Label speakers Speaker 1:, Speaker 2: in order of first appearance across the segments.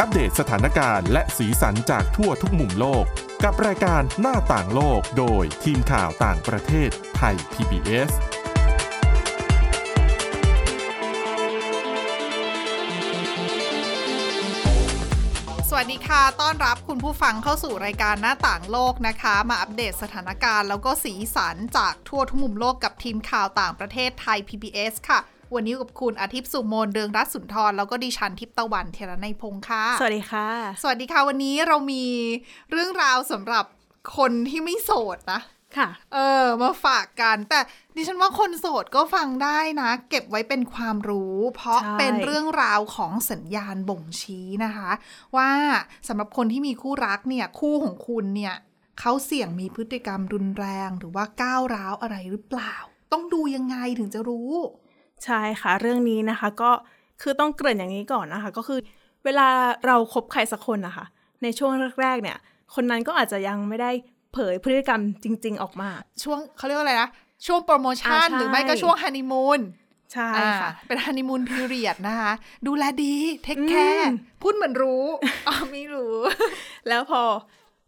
Speaker 1: อัปเดตสถานการณ์และสีสันจากทั่วทุกมุมโลก กับรายการหน้าต่างโลกโดยทีมข่าวต่างประเทศไทย PBS
Speaker 2: สวัสดีค่ะ ต้อนรับคุณผู้ฟังเข้าสู่รายการหน้าต่างโลกนะคะ มาอัปเดตสถานการณ์แล้วก็สีสันจากทั่วทุกมุมโลกกับทีมข่าวต่างประเทศไทย PBS ค่ะ วันนี้อยู่กับคุณอาทิตย์สุโมนเรืองรัตน์สุนทร แล้วก็ดิฉันทิพย์ตะวันเทระในยพงค์ค่ะ
Speaker 3: สวัสดีค่ะ
Speaker 2: สวัสดีค่ะ วันนี้เรามีเรื่องราวสำหรับคนที่ไม่โสดนะ
Speaker 3: ค่ะ
Speaker 2: เออ มาฝากกัน แต่ดิฉันว่าคนโสดก็ฟังได้นะ เก็บไว้เป็นความรู้ เพราะ
Speaker 3: ใช่
Speaker 2: เป็นเรื่องราวของสัญญาณบ่งชี้นะคะ ว่าสำหรับคนที่มีคู่รักเนี่ย คู่ของคุณเนี่ยเขาเสี่ยงมีพฤติกรรมรุนแรง หรือว่าก้าวร้าวอะไรหรือเปล่า ต้องดูยังไงถึงจะรู้
Speaker 3: ใช่ค่ะ เรื่องนี้นะคะก็คือต้องเกริ่นอย่างนี้ก่อนนะคะ ก็คือเวลาเราคบใครสักคนนะคะ ในช่วงแรกๆเนี่ย คนนั้นก็อาจจะยังไม่ได้เผยพฤติกรรมจริง ๆ ออกมา
Speaker 2: ช่วงเขาเรียกว่าอะไรนะ ช่วงโปรโมชั่น
Speaker 3: อ่าใช่
Speaker 2: หรือไม่ก็ช่วงฮันนีมูน
Speaker 3: ใช่
Speaker 2: อ่า
Speaker 3: ค่ะ
Speaker 2: เป็นฮันนีมูนพีเรียดนะคะ ดูแลดีเทคแค
Speaker 3: อื
Speaker 2: ร์
Speaker 3: ม
Speaker 2: พูดเหมือนรู้ อ๋อไม่รู้
Speaker 3: แล้วพอ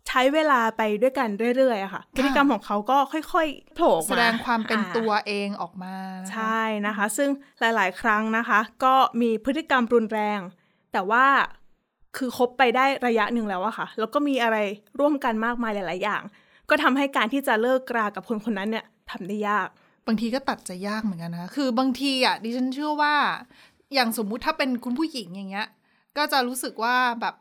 Speaker 3: ใช้เวลาไปด้วยกันเรื่อยๆอะค่ะ พฤติกรรมของเขาก็ค่อยๆโผล่ออก
Speaker 2: แส
Speaker 3: มา
Speaker 2: ดงความเป็น
Speaker 3: อ่
Speaker 2: ตัวเองออกมานะคะ
Speaker 3: ใช่นะคะ ซึ่งหลาย ๆ ครั้งนะคะ ก็มีพฤติกรรมรุนแรง แต่ว่าคือคบไปได้ระยะหนึ่งแล้วอะค่ะ แล้วก็มีอะไรร่วมกันมากมายหลาย ๆ อย่าง ก็ทำให้การที่จะเลิกรากับคนคนนั้นเนี่ยทำได้ยาก
Speaker 2: บางทีก็ตัดใจยากเหมือนกันนะ คือบางทีอ่ะดิฉันเชื่อว่า อย่างสมมุติถ้าเป็นคุณผู้หญิงอย่างเงี้ย ก็จะรู้สึกว่าแบบ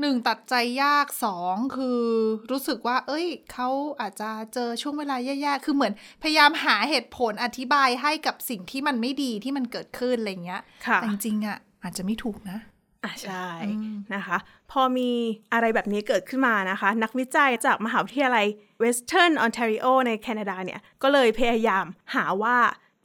Speaker 2: หนึ่งตัดใจยากสองคือรู้สึกว่า เอ้ยเขาอาจจะเจอช่วงเวลาแย่ๆ คือเหมือนพยายามหาเหตุผลอธิบายให้กับสิ่งที่มันไม่ดีที่มันเกิดขึ้นอะไรเงี้ย
Speaker 3: ค่ะ
Speaker 2: แต่จริงๆอ่ะอาจจะไม่ถูกนะ
Speaker 3: อ่ะใช่
Speaker 2: อืม
Speaker 3: นะคะ พอมีอะไรแบบนี้เกิดขึ้นมานะคะ นักวิจัยจากมหาวิทยาลัย Western Ontario ในแคนาดาเนี่ย ก็เลยพยายามหาว่า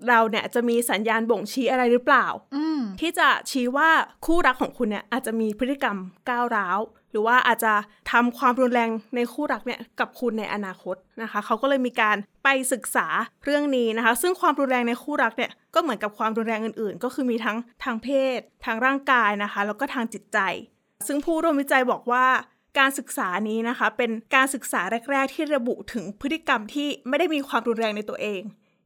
Speaker 3: เราเนี่ยจะมีสัญญาณบ่งชี้อะไรหรือเปล่า
Speaker 2: อืม
Speaker 3: ที่จะชี้ว่าคู่รักของคุณเนี่ยอาจจะมีพฤติกรรมก้าวร้าว หรือว่าอาจจะทำความรุนแรงในคู่รักเนี่ยกับคุณในอนาคตนะคะ เขาก็เลยมีการไปศึกษาเรื่องนี้นะคะ ซึ่งความรุนแรงในคู่รักเนี่ยก็เหมือนกับความรุนแรงอื่นๆ ก็คือมีทั้งทางเพศ ทางร่างกายนะคะ แล้วก็ทางจิตใจ ซึ่งผู้ร่วมวิจัยบอกว่า การศึกษานี้นะคะ เป็นการศึกษาแรก ๆ ที่ระบุถึงพฤติกรรมที่ไม่ได้มีความรุนแรงในตัวเอง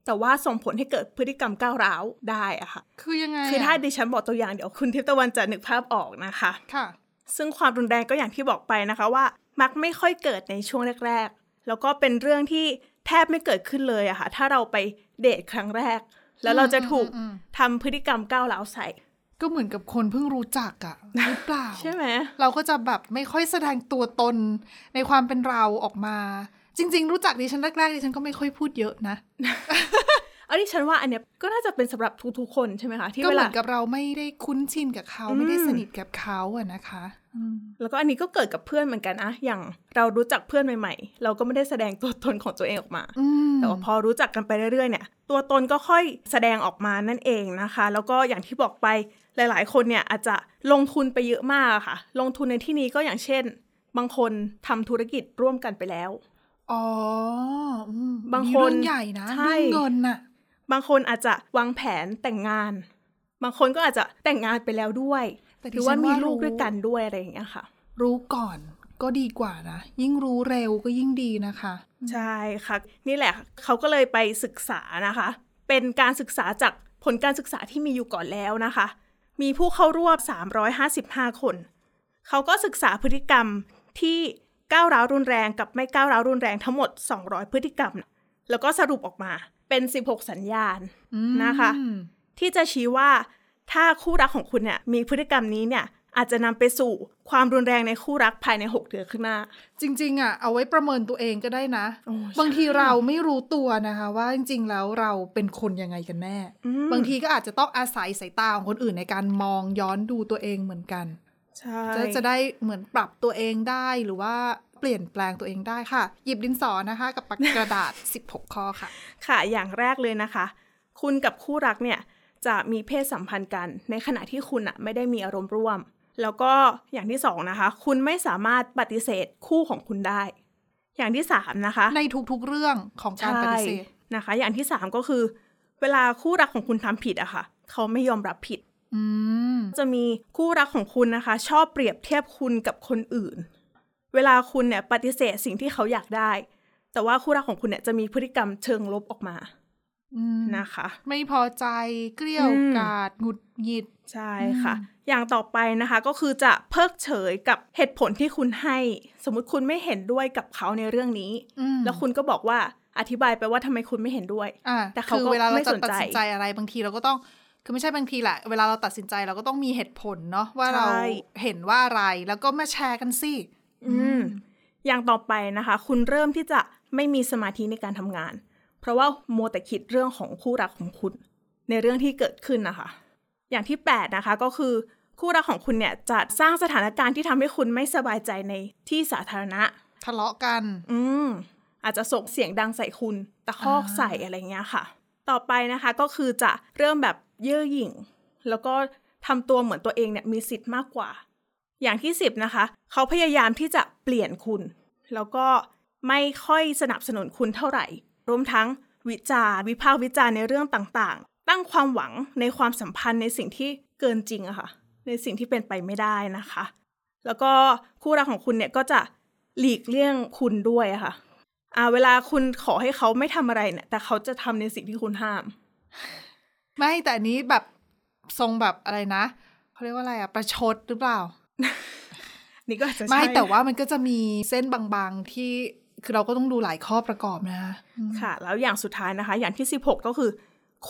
Speaker 3: แต่ว่าส่งผลให้เกิดพฤติกรรมก้าวร้าวได้อะค่ะ
Speaker 2: คือยังไงะ
Speaker 3: คือถ้าดิฉันบอกตัวอย่างเดี๋ยวคุณทิพย์ตะวันจะนึกภาพออกนะคะ
Speaker 2: ค่ะ
Speaker 3: ซึ่งความรุนแรงก็อย่างที่บอกไปนะคะว่า มักไม่ค่อยเกิดในช่วงแรก ๆ แล้วก็เป็นเรื่องที่แทบไม่เกิดขึ้นเลยอะค่ะ ถ้าเราไปเดทครั้งแรก แล้วเราจะถูก
Speaker 2: อืมอืมอืม
Speaker 3: ทำพฤติกรรมก้าวร้าวใส่
Speaker 2: ก็เหมือนกับคนเพิ่งรู้จักอะหรือเปล่า
Speaker 3: ใช่ไหม
Speaker 2: เราก็จะแบบไม่ค่อยแสดงตัวตนในความเป็นเราออกมา จริง ๆ รู้จักดิฉันแรกๆดิฉันก็ไม่ค่อยพูดเยอะนะ
Speaker 3: เอาดิฉันว่าอันเนี้ยก็น่าจะเป็นสำหรับทุกๆ คนใช่ไหมคะที่
Speaker 2: ก็
Speaker 3: เว
Speaker 2: เหมื
Speaker 3: ลา
Speaker 2: อนกับเราไม่ได้คุ้นชินกับเขา
Speaker 3: อืม
Speaker 2: ไม่ได้สนิทกับเขาอะนะคะอืม
Speaker 3: แล้วก็อันนี้ก็เกิดกับเพื่อนเหมือนกันอะอย่างเรารู้จักเพื่อนใหม่ ๆ เราก็ไม่ได้แสดงตัวตนของตัวเองออกมา
Speaker 2: อืม
Speaker 3: แต่ว่าพอรู้จักกันไปเรื่อยๆเนี่ย ตัวตนก็ค่อยแสดงออกมานั่นเองนะคะ แล้วก็อย่างที่บอกไปหลายๆ คนเนี่ยอาจจะลงทุนไปเยอะมากอะค่ะ ลงทุนในที่นี้ก็อย่างเช่น บางคนทำธุรกิจร่วมกันไปแล้ว
Speaker 2: อ๋ออืม
Speaker 3: บาง
Speaker 2: มี
Speaker 3: คน
Speaker 2: เรื่องใหญ่นะ
Speaker 3: ใช่
Speaker 2: เรื่องเงินน่ะ
Speaker 3: บางคนอาจจะวางแผนแต่งงาน บางคนก็อาจจะแต่งงานไปแล้วด้วย
Speaker 2: แต่ดิ
Speaker 3: หรือ
Speaker 2: ฉั
Speaker 3: ว่านมี
Speaker 2: ว่ารู้
Speaker 3: ลูกด้วยกันด้วยอะไรอย่างเงี้ยค่ะ
Speaker 2: รู้ก่อนก็ดีกว่านะยิ่งรู้เร็วก็ยิ่งดีนะคะ
Speaker 3: ใช่ค่ะ นี่แหละเขาก็เลยไปศึกษานะคะ เป็นการศึกษาจากผลการศึกษาที่มีอยู่ก่อนแล้วนะคะ มีผู้เข้าร่วม 355 คน เขาก็ศึกษาพฤติกรรมที่ก้าวร้าวรุนแรงกับไม่ก้าวร้าวรุนแรงทั้งหมด 200 พฤติกรรม แล้วก็สรุปออกมาเป็น 16 สัญญาณนะคะ
Speaker 2: อืม
Speaker 3: ที่จะชี้ว่าถ้าคู่รักของคุณเนี่ยมีพฤติกรรมนี้เนี่ยอาจจะนำไปสู่ความรุนแรงในคู่รักภายใน 6 เดือนข้างหน้า
Speaker 2: จริง ๆอะเอาไว้ประเมินตัวเองก็ได้นะ
Speaker 3: โอ้ใช่
Speaker 2: บางทีเราไม่รู้ตัวนะคะ ว่าจริง ๆ แล้วเราเป็นคนยังไงกันแน่
Speaker 3: อืม
Speaker 2: บางทีก็อาจจะต้องอาศัยสายตาของคนอื่นในการมองย้อนดูตัวเองเหมือนกัน
Speaker 3: ใช่
Speaker 2: จะจะได้เหมือนปรับตัวเองได้หรือว่าเปลี่ยนแปลงตัวเองได้ค่ะ หยิบดินสอนะคะ กับปากกระดา ษ 16 ข้อค่ะ
Speaker 3: ค่ะ อย่างแรกเลยนะคะ คุณกับคู่รักเนี่ยจะมีเพศสัมพันธ์กัน ในขณะที่คุณอะไม่ได้มีอารมณ์ร่วม แล้วก็อย่างที่สองนะคะ คุณไม่สามารถปฏิเสธคู่ของคุณได้ อย่างที่สามนะคะ
Speaker 2: ในทุกๆเรื่องของการปฏิเสธ
Speaker 3: ใช่นะคะ อย่างที่สามก็คือ เวลาคู่รักของคุณทำผิดอะค่ะ เขาไม่ยอมรับผิด
Speaker 2: อืม ม
Speaker 3: จะมีคู่รักของคุณนะคะ ชอบเปรียบเทียบคุณกับคนอื่น เวลาคุณเนี่ยปฏิเสธสิ่งที่เขาอยากได้ แต่ว่าคู่รักของคุณเนี่ยจะมีพฤติกรรมเชิงลบออกมา
Speaker 2: อืม
Speaker 3: นะคะ
Speaker 2: ไม่พอใจเกลี้ยว
Speaker 3: อืม
Speaker 2: กราดหงุดหงิด
Speaker 3: ใช่ค่ะ อย่างต่อไปนะคะก็คือจะเพิกเฉยกับเหตุผลที่คุณให้ สมมติคุณไม่เห็นด้วยกับเขาในเรื่องนี้
Speaker 2: อืม
Speaker 3: แล้วคุณก็บอกว่าอธิบายไปว่าทำไมคุณไม่เห็นด้วย
Speaker 2: อ่า
Speaker 3: แต่เขา
Speaker 2: คือ
Speaker 3: ก็
Speaker 2: เวลาเรา
Speaker 3: ไม่
Speaker 2: จะ
Speaker 3: สนใจ
Speaker 2: ตัดสินใจอะไรบางทีเราก็ต้อง คือไม่ใช่บางทีแหละ เวลาเราตัดสินใจเราก็ต้องมีเหตุผลเนาะว่าเรา
Speaker 3: ใช่
Speaker 2: เห็นว่าอะไรแล้วก็มาแชร์กันสิ
Speaker 3: อืมอย่างต่อไปนะคะ คุณเริ่มที่จะไม่มีสมาธิในการทำงาน เพราะว่าโมวแต่คิดเรื่องของคู่รักของคุณ ในเรื่องที่เกิดขึ้นนะคะ อย่างที่ 8 นะคะก็คือ คู่รักของคุณเนี่ยจะสร้างสถานการณ์ที่ทำให้คุณไม่สบายใจในที่สาธารณะ
Speaker 2: ทะเลาะกัน
Speaker 3: อืมอาจจะส่งเสียงดังใส่คุณ ตะคอก
Speaker 2: อ่า
Speaker 3: ใส่อะไรเงี้ยค่ะ ต่อไปนะคะก็คือจะเริ่มแบบเย่อหยิ่ง แล้วก็ทำตัวเหมือนตัวเองเนี่ยมีสิทธิ์มากกว่า อย่างที่ 10นะคะ เขาพยายามที่จะเปลี่ยนคุณ แล้วก็ไม่ค่อยสนับสนุนคุณเท่าไหร่ รวมทั้งวิจารณ์วิพากษ์วิจารณ์ในเรื่องต่างๆ ตั้งความหวังในความสัมพันธ์ในสิ่งที่เกินจริงอะค่ะ ในสิ่งที่เป็นไปไม่ได้นะคะ แล้วก็คู่รักของคุณเนี่ยก็จะหลีกเลี่ยงคุณด้วยอะค่ะ อ่า เวลาคุณขอให้เขาไม่ทำอะไรเนี่ย แต่เขาจะทำในสิ่งที่คุณห้าม
Speaker 2: ไม่แต่อันนี้แบบทรงแบบอะไรนะเขาเรียกว่าอะไรอะประชดหรือเปล่า
Speaker 3: นี่ก็อาจจะใช่
Speaker 2: ไม่แต่ว่ามันก็จะมีเส้นบางๆที่คือเราก็ต้องดูหลายข้อประกอบนะอืม
Speaker 3: ค่ะ แล้วอย่างสุดท้ายนะคะ อย่างที่ 16 ก็คือ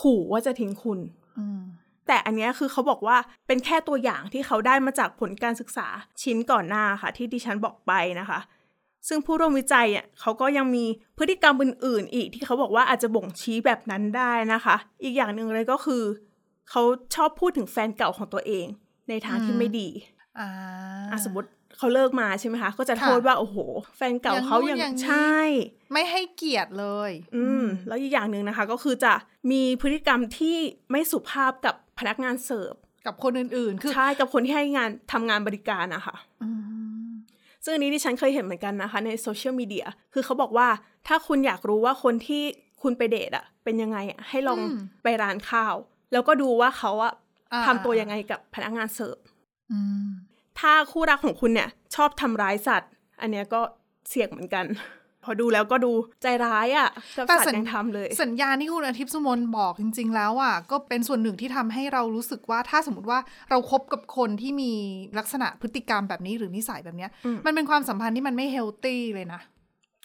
Speaker 3: ขู่ว่าจะทิ้งคุณ
Speaker 2: อืม
Speaker 3: แต่อันเนี้ยคือเขาบอกว่าเป็นแค่ตัวอย่างที่เขาได้มาจากผลการศึกษาชิ้นก่อนหน้าค่ะ ที่ดิฉันบอกไปนะคะ ซึ่งผู้ร่วมวิจัยเนี่ยเขาก็ยังมีพฤติกรรมอื่น ๆ อีกที่เขาบอกว่าอาจจะบ่งชี้แบบนั้นได้นะคะ อีกอย่างหนึ่งเลยก็คือ เขาชอบพูดถึงแฟนเก่าของตัวเอง ในทางที่ไม่ดี
Speaker 2: อ่า
Speaker 3: อ่ะสมมติเขาเลิกมาใช่ไหมคะ ก็จะโทษ
Speaker 2: ค่ะ
Speaker 3: ว่าโอ้โห แฟนเก่าเขา
Speaker 2: อ
Speaker 3: ยั
Speaker 2: ย่าง
Speaker 3: ง
Speaker 2: นู้นอย่างนี้
Speaker 3: ใช่
Speaker 2: ไม่ให้เกียรติเลย
Speaker 3: อืมแล้วอีกอย่างหนึ่งนะคะ ก็คือจะมีพฤติกรรมที่ไม่สุภาพกับพนักงานเสิร์ฟ
Speaker 2: กับคนอื่นๆ คือ
Speaker 3: ใช่กับคนที่ให้งานทำงานบริการอะค่ะ
Speaker 2: อืม
Speaker 3: ซึ่งอันนี้ดิฉันเคยเห็นเหมือนกันนะคะ ในโซเชียลมีเดียคือเขาบอกว่าถ้าคุณอยากรู้ว่าคนที่คุณไปเดทอะเป็นยังไงอะให้ลองไปร้านข้าว แล้วก็ดูว่าเขาอะ
Speaker 2: อ่า
Speaker 3: ทำตัวยังไงกับพนักงานเสิร์ฟ
Speaker 2: อืม
Speaker 3: ถ้าคู่รักของคุณเนี่ย ชอบทำร้ายสัตว์ อันเนี้ยก็เสี่ยงเหมือนกัน พอดูแล้วก็ดูใจร้ายอะกับ
Speaker 2: แต่
Speaker 3: สัต
Speaker 2: สัญ
Speaker 3: ว์ยังทำเลย
Speaker 2: สัญญาณที่คุณอาทิตย์สุมนบอกจริง ๆ แล้วอ่ะก็เป็นส่วนหนึ่งที่ทำให้เรารู้สึกว่าถ้าสมมติว่าเราคบกับคนที่มีลักษณะพฤติกรรมแบบนี้หรือนิสัยแบบเนี้ย
Speaker 3: อืม
Speaker 2: มันเป็นความสัมพันธ์ที่มันไม่เฮลตี้เลยนะ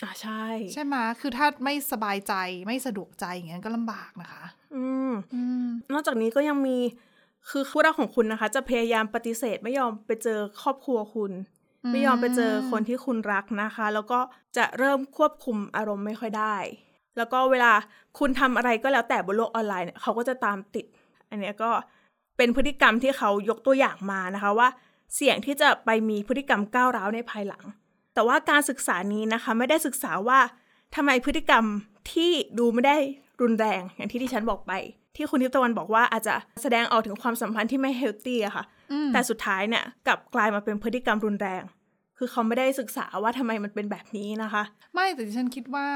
Speaker 3: อ่าใช่
Speaker 2: ใช่ไหมะคือถ้าไม่สบายใจไม่สะดวกใจอย่างนั้นก็ลำบากนะคะ
Speaker 3: อืม
Speaker 2: อืม
Speaker 3: นอกจากนี้ก็ยังมีคือคู่รักของคุณนะคะ จะพยายามปฏิเสธไม่ยอมไปเจอครอบครัวคุณ
Speaker 2: อืม
Speaker 3: ไม่ยอมไปเจอคนที่คุณรักนะคะ แล้วก็จะเริ่มควบคุมอารมณ์ไม่ค่อยได้ แล้วก็เวลาคุณทำอะไรก็แล้วแต่บนโลกออนไลน์เนี่ยเขาก็จะตามติด อันเนี้ยก็เป็นพฤติกรรมที่เขายกตัวอย่างมานะคะว่า เสี่ยงที่จะไปมีพฤติกรรมก้าวร้าวในภายหลัง แต่ว่าการศึกษานี้นะคะ ไม่ได้ศึกษาว่าทำไมพฤติกรรมที่ดูไม่ได้รุนแรง อย่างที่ที่ฉันบอกไป ที่คุณทิพย์ตะวันบอกว่าอาจจะแสดงออกถึงความสัมพันธ์ที่ไม่เฮลตี้อะค่ะ
Speaker 2: อืม
Speaker 3: แต่สุดท้ายเนี่ยกลับกลายมาเป็นพฤติกรรมรุนแรง คือเขาไม่ได้ศึกษาว่าทำไมมันเป็นแบบนี้นะคะ
Speaker 2: ไม่แต่ดิฉันคิดว่า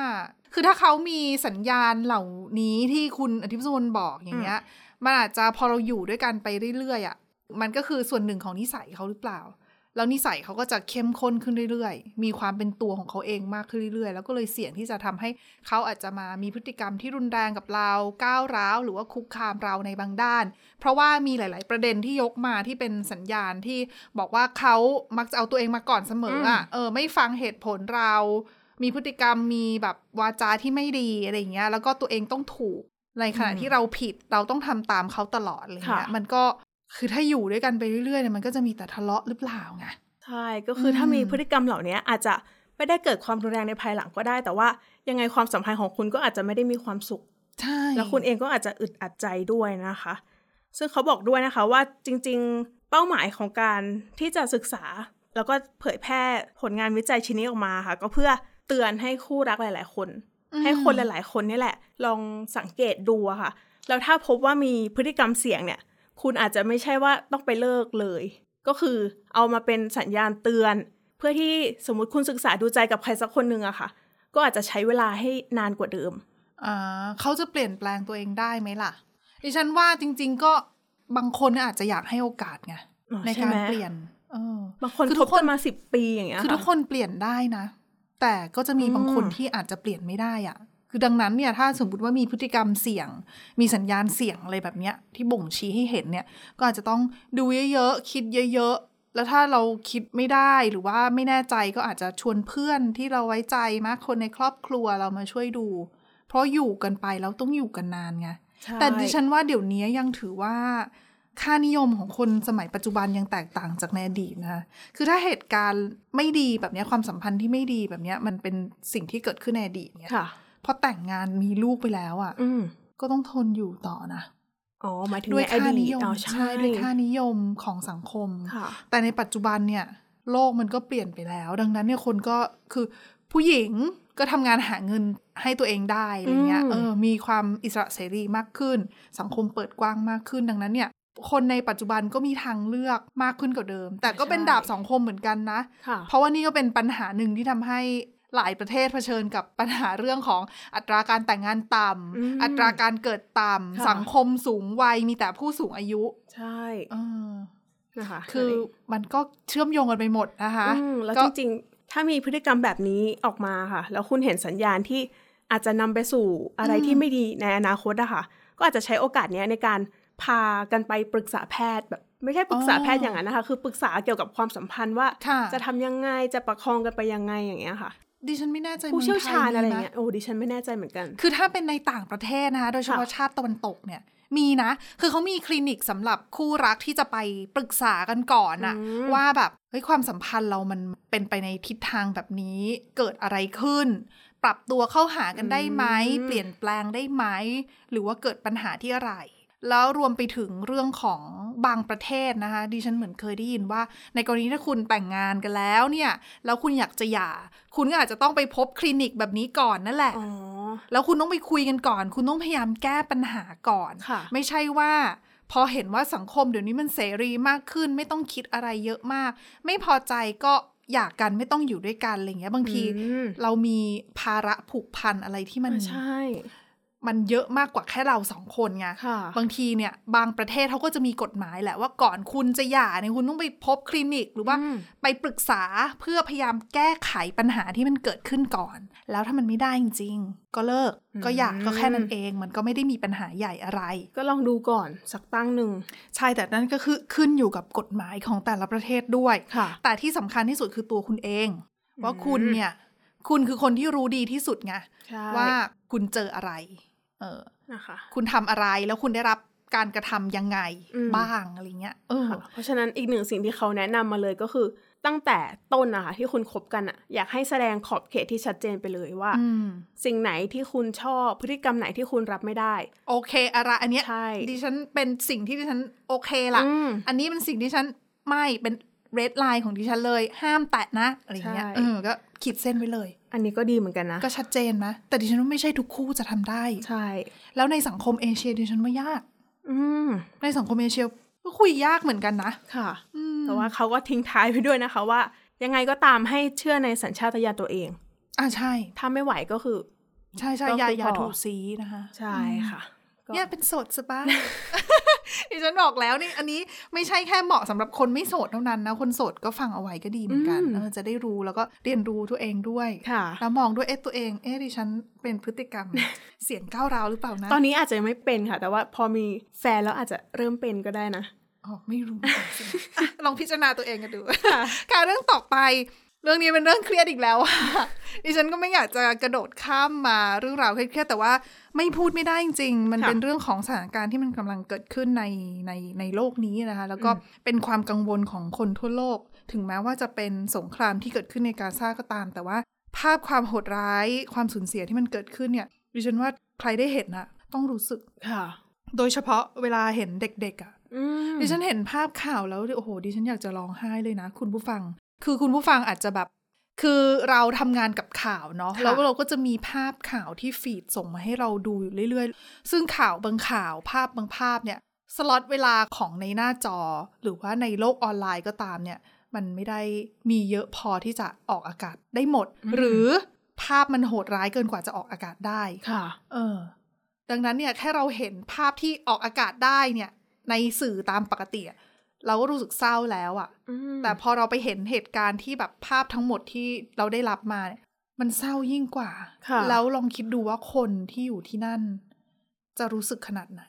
Speaker 2: คือถ้าเขามีสัญญาณเหล่านี้ที่คุณอาทิตย์สุมนบอกอย่างเงี้ย มันอาจจะพอเราอยู่ด้วยกันไปเรื่อยๆอ่ะมันก็คือส่วนหนึ่งของนิสัยเขาหรือเปล่า แล้วนิสัยเขาก็จะเข้มข้นขึ้นเรื่อยๆ มีความเป็นตัวของเขาเองมากขึ้นเรื่อยๆ แล้วก็เลยเสี่ยงที่จะทำให้เขาอาจจะมามีพฤติกรรมที่รุนแรงกับเราก้าวร้าวหรือว่าคุกคามเราในบางด้าน เพราะว่ามีหลาย ๆ ประเด็นที่ยกมาที่เป็นสัญญาณที่บอกว่าเขามักจะเอาตัวเองมาก่อนเสมออ่ะเออไม่ฟังเหตุผลเรา มีพฤติกรรมมีแบบวาจาที่ไม่ดีอะไรอย่างเงี้ย แล้วก็ตัวเองต้องถูก ในขณะ
Speaker 3: อืม
Speaker 2: ที่เราผิดเราต้องทำตามเขาตลอดอะไรเงี้ย
Speaker 3: ค่ะ
Speaker 2: มันก็คือถ้าอยู่ด้วยกันไปเรื่อยๆเนี่ยมันก็จะมีแต่ทะเลาะหรือเปล่าไง
Speaker 3: ใช่ ก็คืออ
Speaker 2: ม
Speaker 3: ถ้ามีพฤติกรรมเหล่านี้อาจจะไม่ได้เกิดความรุนแรงในภายหลังก็ได้ แต่ว่ายังไงความสัมพันธ์ของคุณก็อาจจะไม่ได้มีความสุข
Speaker 2: ใช่
Speaker 3: แล้วคุณเองก็อาจจะอึดอัดใจด้วยนะคะ ซึ่งเขาบอกด้วยนะคะว่าจริงๆ เป้าหมายของการที่จะศึกษา แล้วก็เผยแพร่ผลงานวิจัยชิ้นนี้ออกมาค่ะ ก็เพื่อเตือนให้คู่รักหลาย ๆ คน ให้คนหลาย ๆ คนนี่แหละ ลองสังเกตดูอะค่ะ แล้วถ้าพบว่ามีพฤติกรรมเสี่ยงเนี่ย คุณอาจจะไม่ใช่ว่าต้องไปเลิกเลย ก็คือเอามาเป็นสัญญาณเตือน เพื่อที่สมมติคุณศึกษาดูใจกับใครสักคนหนึ่งอะค่ะ ก็อาจจะใช้เวลาให้นานกว่าเดิม
Speaker 2: อ่าเขาจะเปลี่ยนแปลงตัวเองได้ไหมล่ะดิฉันว่าจริง ๆ ก็ บางคนน่ะอาจจะอยากให้โอกาสไง
Speaker 3: อ๋อ
Speaker 2: ใน
Speaker 3: ใช่
Speaker 2: การ
Speaker 3: ไหม
Speaker 2: เปลี่ยนเออ
Speaker 3: บางคน
Speaker 2: คือ
Speaker 3: ค
Speaker 2: ทุ
Speaker 3: บ
Speaker 2: กคน
Speaker 3: กันมาสิบปีอย่างเงี้ย
Speaker 2: คือทุก
Speaker 3: ะ
Speaker 2: คนเปลี่ยนได้นะ แต่ก็จะมี
Speaker 3: อืม
Speaker 2: บางคนที่อาจจะเปลี่ยนไม่ได้อะคือดังนั้นเนี่ยถ้าสมมติว่ามีพฤติกรรมเสี่ยง มีสัญญาณเสี่ยงอะไรแบบเนี้ย ที่บ่งชี้ให้เห็นเนี่ย ก็อาจจะต้องดูเยอะๆคิดเยอะๆ แล้วถ้าเราคิดไม่ได้หรือว่าไม่แน่ใจก็อาจจะชวนเพื่อนที่เราไว้ใจมากคนในครอบครัวเรามาช่วยดู เพราะอยู่กันไปแล้วต้องอยู่กันนานไง
Speaker 3: ใช่
Speaker 2: แต่ดิฉันว่าเดี๋ยวนี้ยังถือว่า ค่านิยมของคนสมัยปัจจุบันยังแตกต่างจากในอดีตนะคะคือถ้าเหตุการณ์ไม่ดีแบบเนี้ยความสัมพันธ์ที่ไม่ดีแบบเนี้ยมันเป็นสิ่งที่เกิดขึ้นในอดีตเนี่ย
Speaker 3: ค่ะ
Speaker 2: พอแต่งงานมีลูกไปแล้วอะ่ะ
Speaker 3: อืม
Speaker 2: ก็ต้องทนอยู่ต่อนะ
Speaker 3: อ๋อหมายถึง
Speaker 2: ด้วย
Speaker 3: ในอ
Speaker 2: ค่า
Speaker 3: ดี
Speaker 2: นิ
Speaker 3: ต
Speaker 2: ยม
Speaker 3: อ๋อใช่
Speaker 2: ด้วยค่านิยมของสังคม
Speaker 3: ค่ะ
Speaker 2: แต่ในปัจจุบันเนี่ย โลกมันก็เปลี่ยนไปแล้ว ดังนั้นเนี่ยคนก็คือผู้หญิงก็ทำงานหาเงินให้ตัวเองได้อะไรเงี้ย
Speaker 3: อืม
Speaker 2: เออมีความอิสระเสรีมากขึ้น สังคมเปิดกว้างมากขึ้นดังนั้นเนี่ย คนในปัจจุบันก็มีทางเลือกมากขึ้นกว่าเดิม แต่ก็เป็นดาบสองคมเหมือนกันนะ
Speaker 3: ค่ะ
Speaker 2: เพราะว่านี่ก็เป็นปัญหาหนึ่งที่ทำให้หลายประเทศเผชิญกับปัญหาเรื่องของอัตราการแต่งงานต่ำ
Speaker 3: อืม
Speaker 2: อัตราการเกิดต่ำ
Speaker 3: ค่ะ
Speaker 2: สังคมสูงวัยมีแต่ผู้สูงอายุ
Speaker 3: ใช่
Speaker 2: เออ
Speaker 3: นะคะ
Speaker 2: คือมันก็เชื่อมโยงกันไปหมดนะคะ
Speaker 3: อืมแล้ว
Speaker 2: ก็
Speaker 3: จริงๆ ถ้ามีพฤติกรรมแบบนี้ออกมาค่ะ แล้วคุณเห็นสัญญาณที่อาจจะนำไปสู่อะไรที่ไม่ดีในอนาคตอะค่ะ ก็อาจจะใช้โอกาสเนี้ยในการพากันไปปรึกษาแพทย์แบบไม่ใช่ปรึกษาแพทย์อย่างนั้นนะคะ คือปรึกษาเกี่ยวกับความสัมพันธ์ว่า
Speaker 2: ค่ะ
Speaker 3: จะทำยังไงจะประคองกันไปยังไงอย่างเงี้ยค่ะ
Speaker 2: ดิฉันไม่แน่ใจ
Speaker 3: ผู้เชี่ยวชาญอะไร
Speaker 2: มื
Speaker 3: เงี้
Speaker 2: ทมีหม
Speaker 3: ยโอ้ดิฉันไม่แน่ใจเหมือนกัน
Speaker 2: คือถ้าเป็นในต่างประเทศนะคะ โดยเฉพาะชาติตะวันตกเนี่ย มีนะ คือเขามีคลินิกสำหรับคู่รักที่จะไปปรึกษากันก่อนน่ะ
Speaker 3: อืม
Speaker 2: ว่าแบบเฮ้ยความสัมพันธ์เรามันเป็นไปในทิศทางแบบนี้เกิดอะไรขึ้น ปรับตัวเข้าหากันได้ไหมเปลี่ยนแปลงได้ไหมหรือว่าเกิดปัญหาที่อะไร แล้วรวมไปถึงเรื่องของบางประเทศนะคะ ดิฉันเหมือนเคยได้ยินว่า ในกรณีถ้าคุณแต่งงานกันแล้วเนี่ย แล้วคุณอยากจะหย่า คุณก็อาจจะต้องไปพบคลินิกแบบนี้ก่อนนั่นแหละ
Speaker 3: อ๋อ
Speaker 2: แล้วคุณต้องไปคุยกันก่อน คุณต้องพยายามแก้ปัญหาก่อน
Speaker 3: ค่ะ
Speaker 2: ไม่ใช่ว่า พอเห็นว่าสังคมเดี๋ยวนี้มันเสรีมากขึ้น ไม่ต้องคิดอะไรเยอะมาก ไม่พอใจก็อยากกันไม่ต้องอยู่ด้วยกันอะไรอย่างเงี้ยบางที
Speaker 3: อืม
Speaker 2: เรามีภาระผูกพันอะไรที่มัน
Speaker 3: ใช่
Speaker 2: มันเยอะมากกว่าแค่เราสองคนไง
Speaker 3: ค่ะ
Speaker 2: บางทีเนี่ยบางประเทศเขาก็จะมีกฎหมายแหละว่าก่อนคุณจะหย่าเนี่ยคุณต้องไปพบคลินิก หรือว่า
Speaker 3: อืม
Speaker 2: ไปปรึกษาเพื่อพยายามแก้ไขปัญหาที่มันเกิดขึ้นก่อน แล้วถ้ามันไม่ได้จริงๆ ก็เลิกก็หย่าก็แค่นั้นเอง มันก็ไม่ได้มีปัญหาใหญ่อะไร
Speaker 3: ก็ลองดูก่อนสักตั้งหนึ่ง
Speaker 2: ใช่แต่นั่นก็คือขึ้นอยู่กับกฎหมายของแต่ละประเทศด้วย
Speaker 3: ค่ะ
Speaker 2: แต่ที่สำคัญที่สุดคือตัวคุณเอง ว่าคุณเนี่ย คุณคือคนที่รู้ดีที่สุดไง
Speaker 3: ใช่
Speaker 2: ว่าคุณเจออะไร เออ
Speaker 3: นะคะ
Speaker 2: คุณทำอะไรแล้วคุณได้รับการกระทำยังไง
Speaker 3: อืม
Speaker 2: บ้างอะไรเงี้ยเออ
Speaker 3: ค่ะเพราะฉะนั้นอีกหนึ่งสิ่งที่เขาแนะนำมาเลยก็คือ ตั้งแต่ต้นนะคะที่คุณคบกันอะอยากให้แสดงขอบเขตที่ชัดเจนไปเลยว่า
Speaker 2: อืม
Speaker 3: สิ่งไหนที่คุณชอบพฤติกรรมไหนที่คุณรับไม่ได้
Speaker 2: โอเคอะไรอันเนี้ย
Speaker 3: ใช่
Speaker 2: ดิฉันเป็นสิ่งที่ดิฉันโอเคละ
Speaker 3: อืม
Speaker 2: อันนี้เป็นสิ่งที่ฉันไม่เป็นเรดไลน์ของดิฉันเลย ห้ามแตะนะอะไรเงี้ย
Speaker 3: ใช่
Speaker 2: เออก็ขีดเส้นไว้เลย
Speaker 3: อันนี้ก็ดีเหมือนกันนะ
Speaker 2: ก็ชัดเจนนะแต่ดิฉันว่าไม่ใช่ทุกคู่จะทำได้
Speaker 3: ใช่
Speaker 2: แล้วในสังคมเอเชียดิฉันว่ายาก
Speaker 3: อืม
Speaker 2: ในสังคมเอเชียก็คุยยากเหมือนกันนะ
Speaker 3: ค่ะ
Speaker 2: อืม
Speaker 3: แต่ว่าเขาก็ทิ้งท้ายไปด้วยนะคะว่า ยังไงก็ตามให้เชื่อในสัญชาตญาณตัวเอง
Speaker 2: อ่ะใช่
Speaker 3: ถ้าไม่ไหวก็คือ
Speaker 2: ใช่ใช่
Speaker 3: ก็
Speaker 2: อยา
Speaker 3: คือ
Speaker 2: อ
Speaker 3: พ
Speaker 2: ยา
Speaker 3: อ
Speaker 2: ถูกสีนะคะ
Speaker 3: ใช่
Speaker 2: อืม
Speaker 3: ค่ะก็
Speaker 2: เนี่ยเป็นโสดสบาย ดิฉันบอกแล้วนี่อันนี้ไม่ใช่แค่เหมาะสำหรับคนไม่โสดเท่านั้นนะ คนโสดก็ฟังเอาไว้ก็ดีเหมือนกัน
Speaker 3: อืม
Speaker 2: เออจะได้รู้แล้วก็เรียนรู้ตัวเองด้วย
Speaker 3: ค่ะ
Speaker 2: แล้วมองด้วยเอ๊ะตัวเอง เอ๊ะดิฉันเป็นพฤติกรรม เสียงก้าวร้าวหรือเปล่านะ
Speaker 3: ตอนนี้อาจจะยังไม่เป็นค่ะ แต่ว่าพอมีแฟนแล้วอาจจะเริ่มเป็นก็ได้นะ
Speaker 2: อ๋อไม่รู้ อ่ะ ลองพิจารณาตัวเองกันดู ค่ะเรื่องต่อไป เรื่องนี้เป็นเรื่องเครียดอีกแล้วอะ ดิฉันก็ไม่อยากจะกระโดดข้ามมาเรื่องราวเครียดๆแต่ว่าไม่พูดไม่ได้จริงๆ มัน
Speaker 3: ค่ะ
Speaker 2: เป็นเรื่องของสถานการณ์ที่มันกำลังเกิดขึ้นในในในโลกนี้นะคะ แล้วก็
Speaker 3: อืม
Speaker 2: เป็นความกังวลของคนทั่วโลก ถึงแม้ว่าจะเป็นสงครามที่เกิดขึ้นในกาซาก็ตาม แต่ว่าภาพความโหดร้ายความสูญเสียที่มันเกิดขึ้นเนี่ย ดิฉันว่าใครได้เห็นนะต้องรู้สึก
Speaker 3: ค่ะ
Speaker 2: โดยเฉพาะเวลาเห็นเด็กๆอะ
Speaker 3: อืม
Speaker 2: ดิฉันเห็นภาพข่าวแล้วโอ้โหดิฉันอยากจะร้องไห้เลยนะ คุณผู้ฟัง คือคุณผู้ฟังอาจจะแบบ คือเราทำงานกับข่าวเนาะแล้วเราก็จะมีภาพข่าวที่ฟีดส่งมาให้เราดูอยู่เรื่อยๆ ซึ่งข่าวบางข่าวภาพบางภาพเนี่ยสล็อตเวลาของในหน้าจอ หรือว่าในโลกออนไลน์ก็ตามเนี่ย มันไม่ได้มีเยอะพอที่จะออกอากาศได้หมด หรือภาพมันโหดร้ายเกินกว่าจะออกอากาศได้
Speaker 3: ค่ะ
Speaker 2: เออ ดังนั้นเนี่ยแค่เราเห็นภาพที่ออกอากาศได้เนี่ย ในสื่อตามปกติอะเราก็รู้สึกเศร้าแล้วอะ
Speaker 3: อืม
Speaker 2: แต่พอเราไปเห็นเหตุการณ์ที่แบบภาพทั้งหมดที่เราได้รับมาเนี่ยมันเศร้ายิ่งกว่า
Speaker 3: ค่ะ
Speaker 2: แล้วลองคิดดูว่าคนที่อยู่ที่นั่น จะรู้สึกขนาดไหน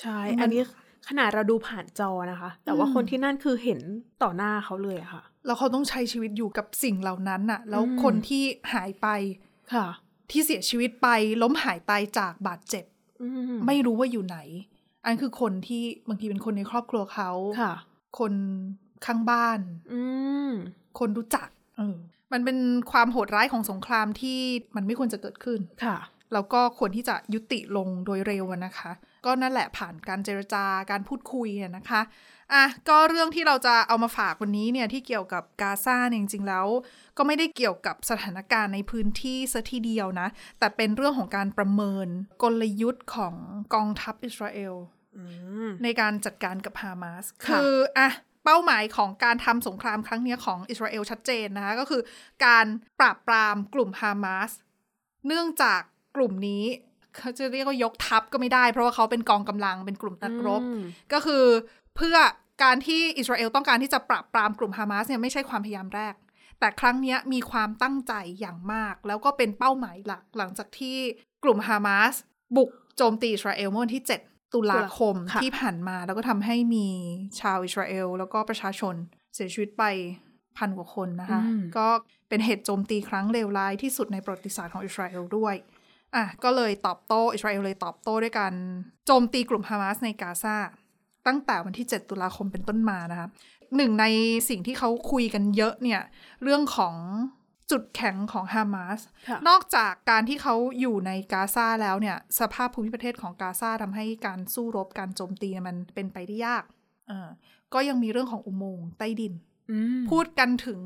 Speaker 3: ใช่
Speaker 2: มัน
Speaker 3: อันนี้ขนาดเราดูผ่านจอนะคะ แต่ว่า
Speaker 2: อืม
Speaker 3: คนที่นั่นคือเห็นต่อหน้าเขาเลยอะค่ะ
Speaker 2: แล้วเขาต้องใช้ชีวิตอยู่กับสิ่งเหล่านั้นน่ะ แล้ว
Speaker 3: อืม
Speaker 2: คนที่หายไป
Speaker 3: ค่ะ
Speaker 2: ที่เสียชีวิตไปล้มหายตายจากบาดเจ็บ
Speaker 3: อืม
Speaker 2: ไม่รู้ว่าอยู่ไหน อันคือคนที่บางทีเป็นคนในครอบครัวเขา
Speaker 3: ค่ะ
Speaker 2: คนข้างบ้าน
Speaker 3: อืม
Speaker 2: คนรู้จักเออมันเป็นความโหดร้ายของสงครามที่มันไม่ควรจะเกิดขึ้น
Speaker 3: ค่ะ
Speaker 2: แล้วก็ควรที่จะยุติลงโดยเร็วอะนะคะ ก็นั่นแหละผ่านการเจรจาการพูดคุยอะนะคะอ่ะก็เรื่องที่เราจะเอามาฝากวันนี้เนี่ยที่เกี่ยวกับกาซาเนี่ยจริงๆแล้ว ก็ไม่ได้เกี่ยวกับสถานการณ์ในพื้นที่ซะทีเดียวนะ แต่เป็นเรื่องของการประเมินกลยุทธ์ของกองทัพอิสราเอล
Speaker 3: อืม
Speaker 2: ในการจัดการกับฮามาส
Speaker 3: ค่ะ
Speaker 2: คืออะเป้าหมายของการทำสงครามครั้งเนี้ยของอิสราเอลชัดเจนนะคะ ก็คือการปราบปรามกลุ่มฮามาส เนื่องจากกลุ่มนี้เขาจะเรียกว่ายกทัพก็ไม่ได้ เพราะว่าเขาเป็นกองกำลังเป็นกลุ่มนักรบ
Speaker 3: อืม
Speaker 2: ก็คือเพื่อการที่อิสราเอลต้องการที่จะปราบปรามกลุ่มฮามาสเนี่ยไม่ใช่ความพยายามแรก แต่ครั้งเนี้ยมีความตั้งใจอย่างมาก แล้วก็เป็นเป้าหมายหลักหลังจากที่กลุ่มฮามาสบุกโจมตีอิสราเอลเมื่อวันที่ 7 ตุลาคม
Speaker 3: ค่ะ
Speaker 2: ที่ผ่านมาแล้วก็ทำให้มีชาวอิสราเอล แล้วก็ประชาชนเสียชีวิตไปพันกว่าคนนะคะ
Speaker 3: อืม
Speaker 2: ก็เป็นเหตุโจมตีครั้งเลวร้ายที่สุดในประวัติศาสตร์ของอิสราเอลด้วย อ่ะก็เลยตอบโต้อิสราเอลเลยตอบโต้ด้วยการโจมตีกลุ่มฮามาสในกาซาตั้งแต่วันที่ 7 ตุลาคมเป็นต้นมานะคะหนึ่งในสิ่งที่เขาคุยกันเยอะเนี่ย เรื่องของจุดแข็งของฮามาส
Speaker 3: ค่ะ
Speaker 2: นอกจากการที่เขาอยู่ในกาซาแล้วเนี่ย สภาพภูมิประเทศของกาซาทำให้การสู้รบการโจมตีเนี่ยมันเป็นไปได้ยากเออก็ยังมีเรื่องของอุโมงค์ใต้ดิน
Speaker 3: อืม
Speaker 2: พูดกันถึง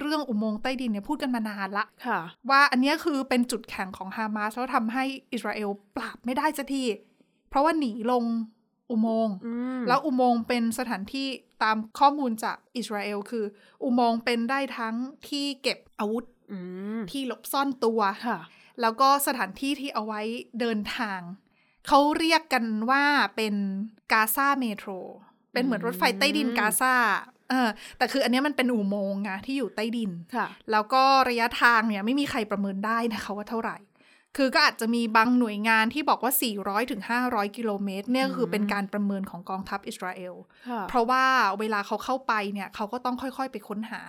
Speaker 2: เรื่องอุโมงค์ใต้ดินเนี่ยพูดกันมานานละ
Speaker 3: ค่ะ
Speaker 2: ว่าอันเนี้ยคือเป็นจุดแข็งของฮามาสแล้วทำให้อิสราเอลปราบไม่ได้สักที เพราะว่าหนีลงอุโมงค์
Speaker 3: อืม
Speaker 2: แล้วอุโมงค์เป็นสถานที่ตามข้อมูลจากอิสราเอลคือ อุโมงค์เป็นได้ทั้งที่เก็บอาวุธ
Speaker 3: อืม
Speaker 2: ที่หลบซ่อนตัว
Speaker 3: ค่ะ
Speaker 2: แล้วก็สถานที่ที่เอาไว้เดินทาง เขาเรียกกันว่าเป็นกาซาเมโทร เป็นเหมือนรถไฟใต้ดินกาซาเออแต่คืออันเนี้ยมันเป็นอุโมงค์ไงที่อยู่ใต้ดิน
Speaker 3: ค่ะ
Speaker 2: แล้วก็ระยะทางเนี่ยไม่มีใครประเมินได้นะคะว่าเท่าไหร่ คือก็อาจจะมีบางหน่วยงานที่บอกว่า 400-500ถึง500 กิโลเมตรเนี่ยก็คือเป็นการประเมินของกองทัพอิสราเอล
Speaker 3: ค่ะ
Speaker 2: เพราะว่าเวลาเขาเข้าไปเนี่ยเขาก็ต้องค่อยๆไปค้นหา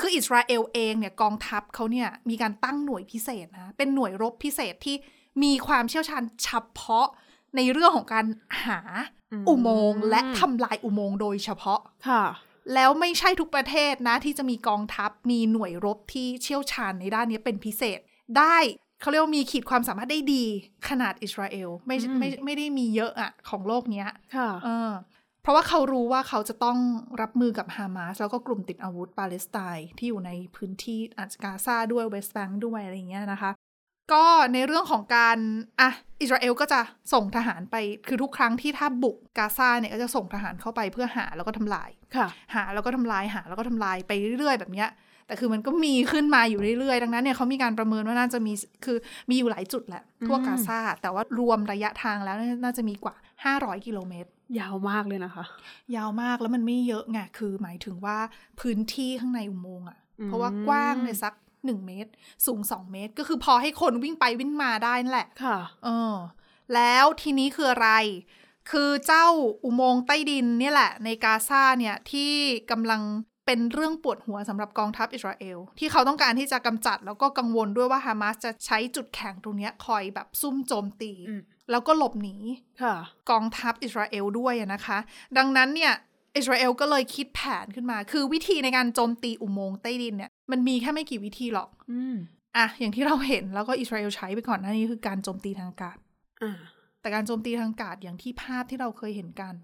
Speaker 2: คืออิสราเอลเองเนี่ยกองทัพเขาเนี่ยมีการตั้งหน่วยพิเศษนะ เป็นหน่วยรบพิเศษที่มีความเชี่ยวชาญเฉพาะในเรื่องของการหา
Speaker 3: อืม
Speaker 2: อุโมงค์และทำลายอุโมงค์โดยเฉพาะ
Speaker 3: ค่ะ
Speaker 2: แล้วไม่ใช่ทุกประเทศนะ ที่จะมีกองทัพมีหน่วยรบที่เชี่ยวชาญในด้านนี้เป็นพิเศษ ได้เขาเรียกว่ามีขีดความสามารถได้ดี ขนาดอิสราเอลไม่
Speaker 3: อืม
Speaker 2: ไม่ไม่ได้มีเยอะอะของโลกเนี้ย
Speaker 3: ค่ะ
Speaker 2: เออเพราะว่าเขารู้ว่าเขาจะต้องรับมือกับฮามาสแล้วก็กลุ่มติดอาวุธปาเลสไตน์ที่อยู่ในพื้นที่อาจจะกาซาด้วยเวสต์แบงค์ด้วยอะไรอย่างเงี้ยนะคะ ก็ในเรื่องของการอ่ะอิสราเอลก็จะส่งทหารไปคือทุกครั้งที่ถ้าบุกกาซาเนี่ยก็จะส่งทหารเข้าไปเพื่อหาแล้วก็ทำลาย
Speaker 3: ค่ะ
Speaker 2: หาแล้วก็ทำลายหาแล้วก็ทำลายไปเรื่อยๆ แบบเนี้ย แต่คือมันก็มีขึ้นมาอยู่เรื่อยๆ ดังนั้นเนี่ยเขามีการประเมินว่าน่าจะมีคือมีอยู่หลายจุดแหละ ทั่ว
Speaker 3: อืม
Speaker 2: กาซาแต่ว่ารวมระยะทางแล้วน่าจะมีกว่า 500 กิโลเมตร
Speaker 3: ยาวมากเลยนะคะ
Speaker 2: ยาวมากแล้วมันไม่เยอะไงคือหมายถึงว่าพื้นที่ข้างในอุโมงค์อ่ะ
Speaker 3: อืม
Speaker 2: เพราะว่ากว้างเลยสัก 1 เมตร สูง 2 เมตร ก็คือพอให้คนวิ่งไปวิ่งมาได้นั่นแหละ
Speaker 3: ค่ะ
Speaker 2: เออแล้วทีนี้คืออะไร คือเจ้าอุโมงค์ใต้ดินเนี่ยแหละ ในกาซาเนี่ยที่กำลังเป็นเรื่องปวดหัวสำหรับกองทัพอิสราเอล ที่เขาต้องการที่จะกำจัดแล้วก็กังวลด้วยว่าฮามาสจะใช้จุดแข็งตรงเนี้ยคอยแบบซุ่มโจมตี
Speaker 3: อืม
Speaker 2: แล้วก็หลบหนี
Speaker 3: ค่ะ
Speaker 2: กองทัพอิสราเอลด้วยอะนะคะ ดังนั้นเนี่ยอิสราเอลก็เลยคิดแผนขึ้นมา คือวิธีในการโจมตีอุโมงค์ใต้ดินเนี่ยมันมีแค่ไม่กี่วิธีหรอก
Speaker 3: อืม
Speaker 2: อ่ะอย่างที่เราเห็นแล้วก็อิสราเอลใช้ไปก่อนหน้านี้คือการโจมตีทางอากาศ
Speaker 3: อ่า
Speaker 2: แต่การโจมตีทางอากาศอย่างที่ภาพที่เราเคยเห็นกัน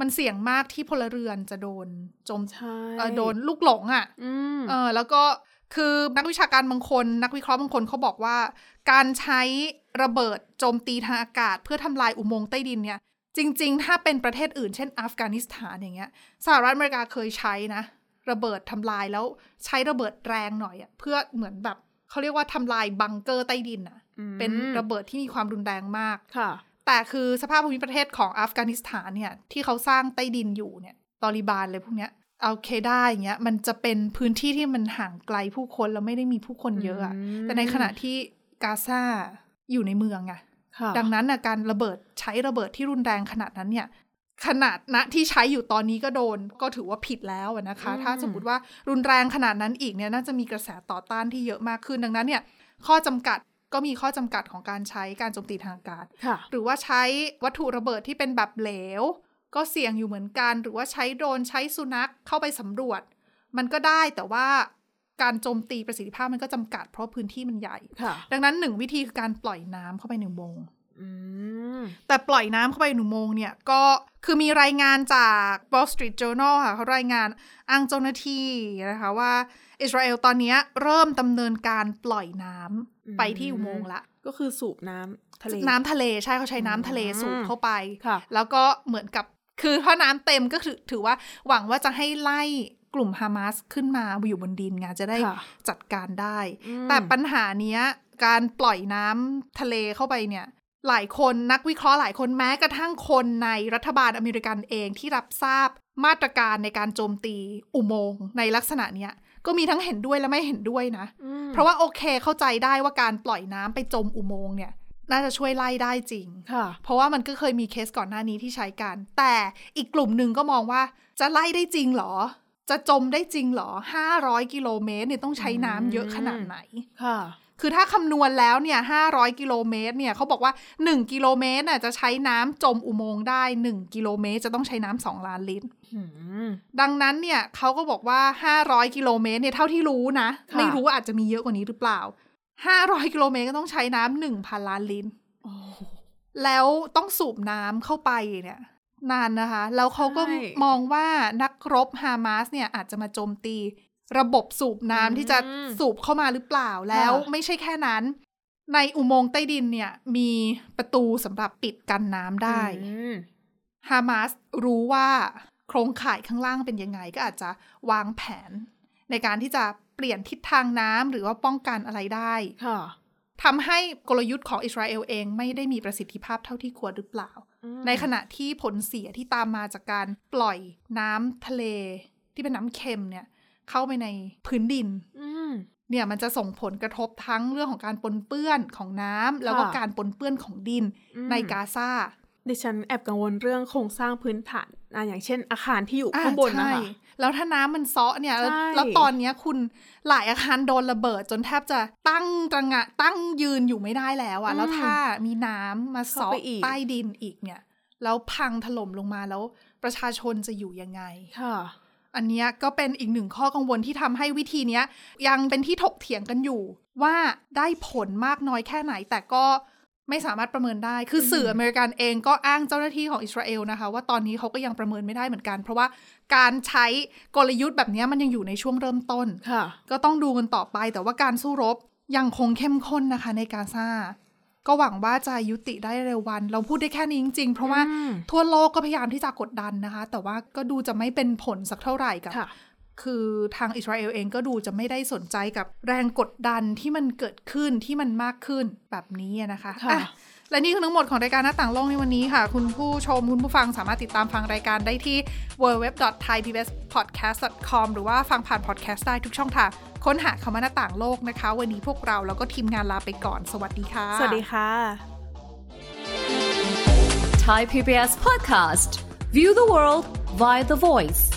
Speaker 2: มันเสี่ยงมากที่พลเรือนจะโดนโจม
Speaker 3: ใช่
Speaker 2: เอ่อโดนลูกหลงอะ่ะ
Speaker 3: อืม
Speaker 2: เออแล้วก็คือนักวิชาการบางคน นักวิเคราะห์บางคนเขาบอกว่า การใช้ระเบิดโจมตีทางอากาศ เพื่อทำลายอุโมงค์ใต้ดินเนี่ย จริง ๆ ถ้าเป็นประเทศอื่นเช่นอัฟกานิสถานอย่างเงี้ยสหรัฐอเมริกาเคยใช้นะ ระเบิดทำลายแล้วใช้ระเบิดแรงหน่อยอะเพื่อเหมือนแบบเขาเรียกว่าทำลายบังเกอร์ใต้ดินอะ
Speaker 3: อืม
Speaker 2: เป็นระเบิดที่มีความรุนแรงมาก
Speaker 3: ค่ะ
Speaker 2: แต่คือสภาพภูมิประเทศของอัฟกานิสถานเนี่ย ที่เขาสร้างใต้ดินอยู่เนี่ยตอริบานเลยพวกเนี้ยเอาเคได้อย่างเงี้ยมันจะเป็นพื้นที่ที่มันห่างไกลผู้คนแล้วไม่ได้มีผู้คนเยอะอะ
Speaker 3: อืม
Speaker 2: แต่ในขณะที่กาซาอยู่ในเมืองอะ
Speaker 3: ค่ะ
Speaker 2: ดังนั้นน่ะการระเบิดใช้ระเบิดที่รุนแรงขนาดนั้นเนี่ย ขนาดณที่ใช้อยู่ตอนนี้ก็โดนก็ถือว่าผิดแล้วอะนะคะ ถ้าสมมติว่ารุนแรงขนาดนั้นอีกเนี่ยน่าจะมีกระแสต่อต้านที่เยอะมากขึ้นดังนั้นเนี่ย ข้อจำกัดก็มีข้อจำกัดของการใช้การโจมตีทางอากาศ
Speaker 3: ค่ะ
Speaker 2: หรือว่าใช้วัตถุระเบิดที่เป็นแบบเหลว ก็เสี่ยงอยู่เหมือนกัน หรือว่าใช้โดรนใช้สุนัขเข้าไปสำรวจ มันก็ได้แต่ว่าการโจมตีประสิทธิภาพมันก็จำกัด เพราะพื้นที่มันใหญ่
Speaker 3: ค่ะ
Speaker 2: ดังนั้นหนึ่งวิธีคือการปล่อยน้ำเข้าไปหนึ่งโมงค์
Speaker 3: อืม
Speaker 2: แต่ปล่อยน้ำเข้าไปหนึ่งโมงเนี่ยก็คือมีรายงานจาก Wall Street Journal ค่ะเขารายงานอ้างเจ้าหน้าที่นะคะว่า อิสราเอลตอนเนี้ยเริ่มดำเนินการปล่อยน้
Speaker 3: อืม
Speaker 2: ำไปที่อุโมงค์ละ
Speaker 3: ก็คือสูบน้ำทะเล
Speaker 2: น้ำทะเลใช่เขาใช้น้ำทะเลสูบเข้าไป
Speaker 3: ค่ะ
Speaker 2: แล้วก็เหมือนกับคือถ้าน้ำเต็มก็คือถือว่าหวังว่าจะให้ไล่กลุ่มฮามาสขึ้นมาอยู่บนดินไงจะได้
Speaker 3: ค่ะ
Speaker 2: จัดการได้
Speaker 3: อืม
Speaker 2: แต่ปัญหาเนี้ย การปล่อยน้ำทะเลเข้าไปเนี่ย หลายคนนักวิเคราะห์หลายคนแม้กระทั่งคนในรัฐบาลอเมริกันเองที่รับทราบมาตรการในการโจมตีอุโมงค์ในลักษณะเนี้ย ก็มีทั้งเห็นด้วยและไม่เห็นด้วยนะ
Speaker 3: อืม
Speaker 2: เพราะว่าโอเคเข้าใจได้ว่าการปล่อยน้ำไปจมอุโมงค์เนี่ย น่าจะช่วยไล่ได้จริง
Speaker 3: ค่ะ
Speaker 2: เพราะว่ามันก็เคยมีเคสก่อนหน้านี้ที่ใช้กัน แต่อีกกลุ่มหนึ่งก็มองว่าจะไล่ได้จริงเหรอ จะจมได้จริงเหรอ 500 กิโลเมตรเนี่ยต้องใช้น้ำเยอะขนาดไหน
Speaker 3: ค่ะ
Speaker 2: คือถ้าคำนวณแล้วเนี่ย 500 กิโลเมตรเนี่ยเขาบอกว่า 1 กิโลเมตรน่ะจะใช้น้ำจมอุโมงค์ได้ 1 กิโลเมตรจะต้องใช้น้ำสองล้านลิตร
Speaker 3: อืม
Speaker 2: ดังนั้นเนี่ยเขาก็บอกว่า 500 กิโลเมตรเนี่ยเท่าที่รู้นะ
Speaker 3: ค่ะ
Speaker 2: ไม่รู้ว่าอาจจะมีเยอะกว่านี้หรือเปล่า 500 กิโลเมตรก็ต้องใช้น้ำหนึ่งพันล้านลิตร
Speaker 3: โอ้
Speaker 2: แล้วต้องสูบน้ำเข้าไปเนี่ยนานนะคะ แล้วเขาก็
Speaker 3: ใช่
Speaker 2: มองว่านักรบฮามาสเนี่ยอาจจะมาโจมตี ระบบสูบน้ำ
Speaker 3: อืม
Speaker 2: ที่จะสูบเข้ามาหรือเปล่าแล้ว
Speaker 3: ค่ะ
Speaker 2: ไม่ใช่แค่นั้น ในอุโมงค์ใต้ดินเนี่ยมีประตูสำหรับปิดกันน้ำได้
Speaker 3: อืม
Speaker 2: ฮามาสรู้ว่าโครงข่ายข้างล่างเป็นยังไง ก็อาจจะวางแผน ในการที่จะเปลี่ยนทิศทางน้ำหรือว่าป้องกันอะไรได้
Speaker 3: ค่ะ
Speaker 2: ทำให้กลยุทธ์ของอิสราเอลเองไม่ได้มีประสิทธิภาพเท่าที่ควรหรือเปล่า
Speaker 3: อืม
Speaker 2: ในขณะที่ผลเสียที่ตามมาจากการปล่อยน้ำทะเลที่เป็นน้ำเค็มเนี่ยเข้าไปในพื้นดิน
Speaker 3: อืม
Speaker 2: เนี่ยมันจะส่งผลกระทบทั้งเรื่องของการปนเปื้อนของน้ำแล้วก็
Speaker 3: ค่ะ
Speaker 2: การปนเปื้อนของดิน
Speaker 3: อืม
Speaker 2: ในกาซา
Speaker 3: ดิฉันแอบกังวลเรื่องโครงสร้างพื้นฐานอ่ะอย่างเช่น อาคารที่อยู่
Speaker 2: อ่า
Speaker 3: ข้างบนนะ
Speaker 2: ใช่
Speaker 3: คะ
Speaker 2: แล้วถ้าน้ำมันเซาะเนี่ยแล้ว
Speaker 3: ใช่
Speaker 2: แล้วตอนเนี้ยคุณหลายอาคารโดนระเบิดจนแทบจะตั้งตระหงะตั้งยืนอยู่ไม่ได้แล้วอะแล้วถ้ามีน้ำมา
Speaker 3: เข้า
Speaker 2: เสาะ
Speaker 3: ไปอีก
Speaker 2: ใต้ดินอีกเนี่ย แล้วพังถล่มลงมาแล้วประชาชนจะอยู่ยังไง
Speaker 3: ค่ะ
Speaker 2: อันเนี้ยก็เป็นอีกหนึ่งข้อกังวลที่ทำให้วิธีเนี้ย ยังเป็นที่ถกเถียงกันอยู่ ว่าได้ผลมากน้อยแค่ไหน แต่ก็ไม่สามารถประเมินได้ คือสื่ออเมริกันเองก็อ้างเจ้าหน้าที่ของอิสราเอลนะคะ ว่าตอนนี้เขาก็ยังประเมินไม่ได้เหมือนกัน เพราะว่าการใช้กลยุทธ์แบบเนี้ยมันยังอยู่ในช่วงเริ่มต้น
Speaker 3: ค่ะ
Speaker 2: ก็ต้องดูกันต่อไปแต่ว่าการสู้รบยังคงเข้มข้นนะคะในกาซาก็หวังว่าจะยุติได้เร็ววัน เราพูดได้แค่นี้จริงๆ เพราะว่า
Speaker 3: อืม
Speaker 2: ทั่วโลกก็พยายามที่จะกดดันนะคะ แต่ว่าก็ดูจะไม่เป็นผลสักเท่าไหร่กับ
Speaker 3: ค่ะ
Speaker 2: คือทางอิสราเอลเองก็ดูจะไม่ได้สนใจกับแรงกดดันที่มันเกิดขึ้นที่มันมากขึ้นแบบนี้อะนะคะ
Speaker 3: ค่ะ
Speaker 2: อ่และนี่คือทั้งหมดของรายการหน้าต่างโลกในวันนี้ค่ะ คุณผู้ชมคุณผู้ฟังสามารถติดตามฟังรายการได้ที่ www.thaipbspodcast.com หรือว่าฟังผ่านพอดแคสต์ได้ทุกช่องทาง ค้นหาคำว่าหน้าต่างโลกนะคะ วันนี้พวกเราแล้วก็ทีมงานลาไปก่อน สวัสดีค่ะ
Speaker 3: สวัสดีค่ะ
Speaker 4: Thai PBS podcast. View the world via the voice.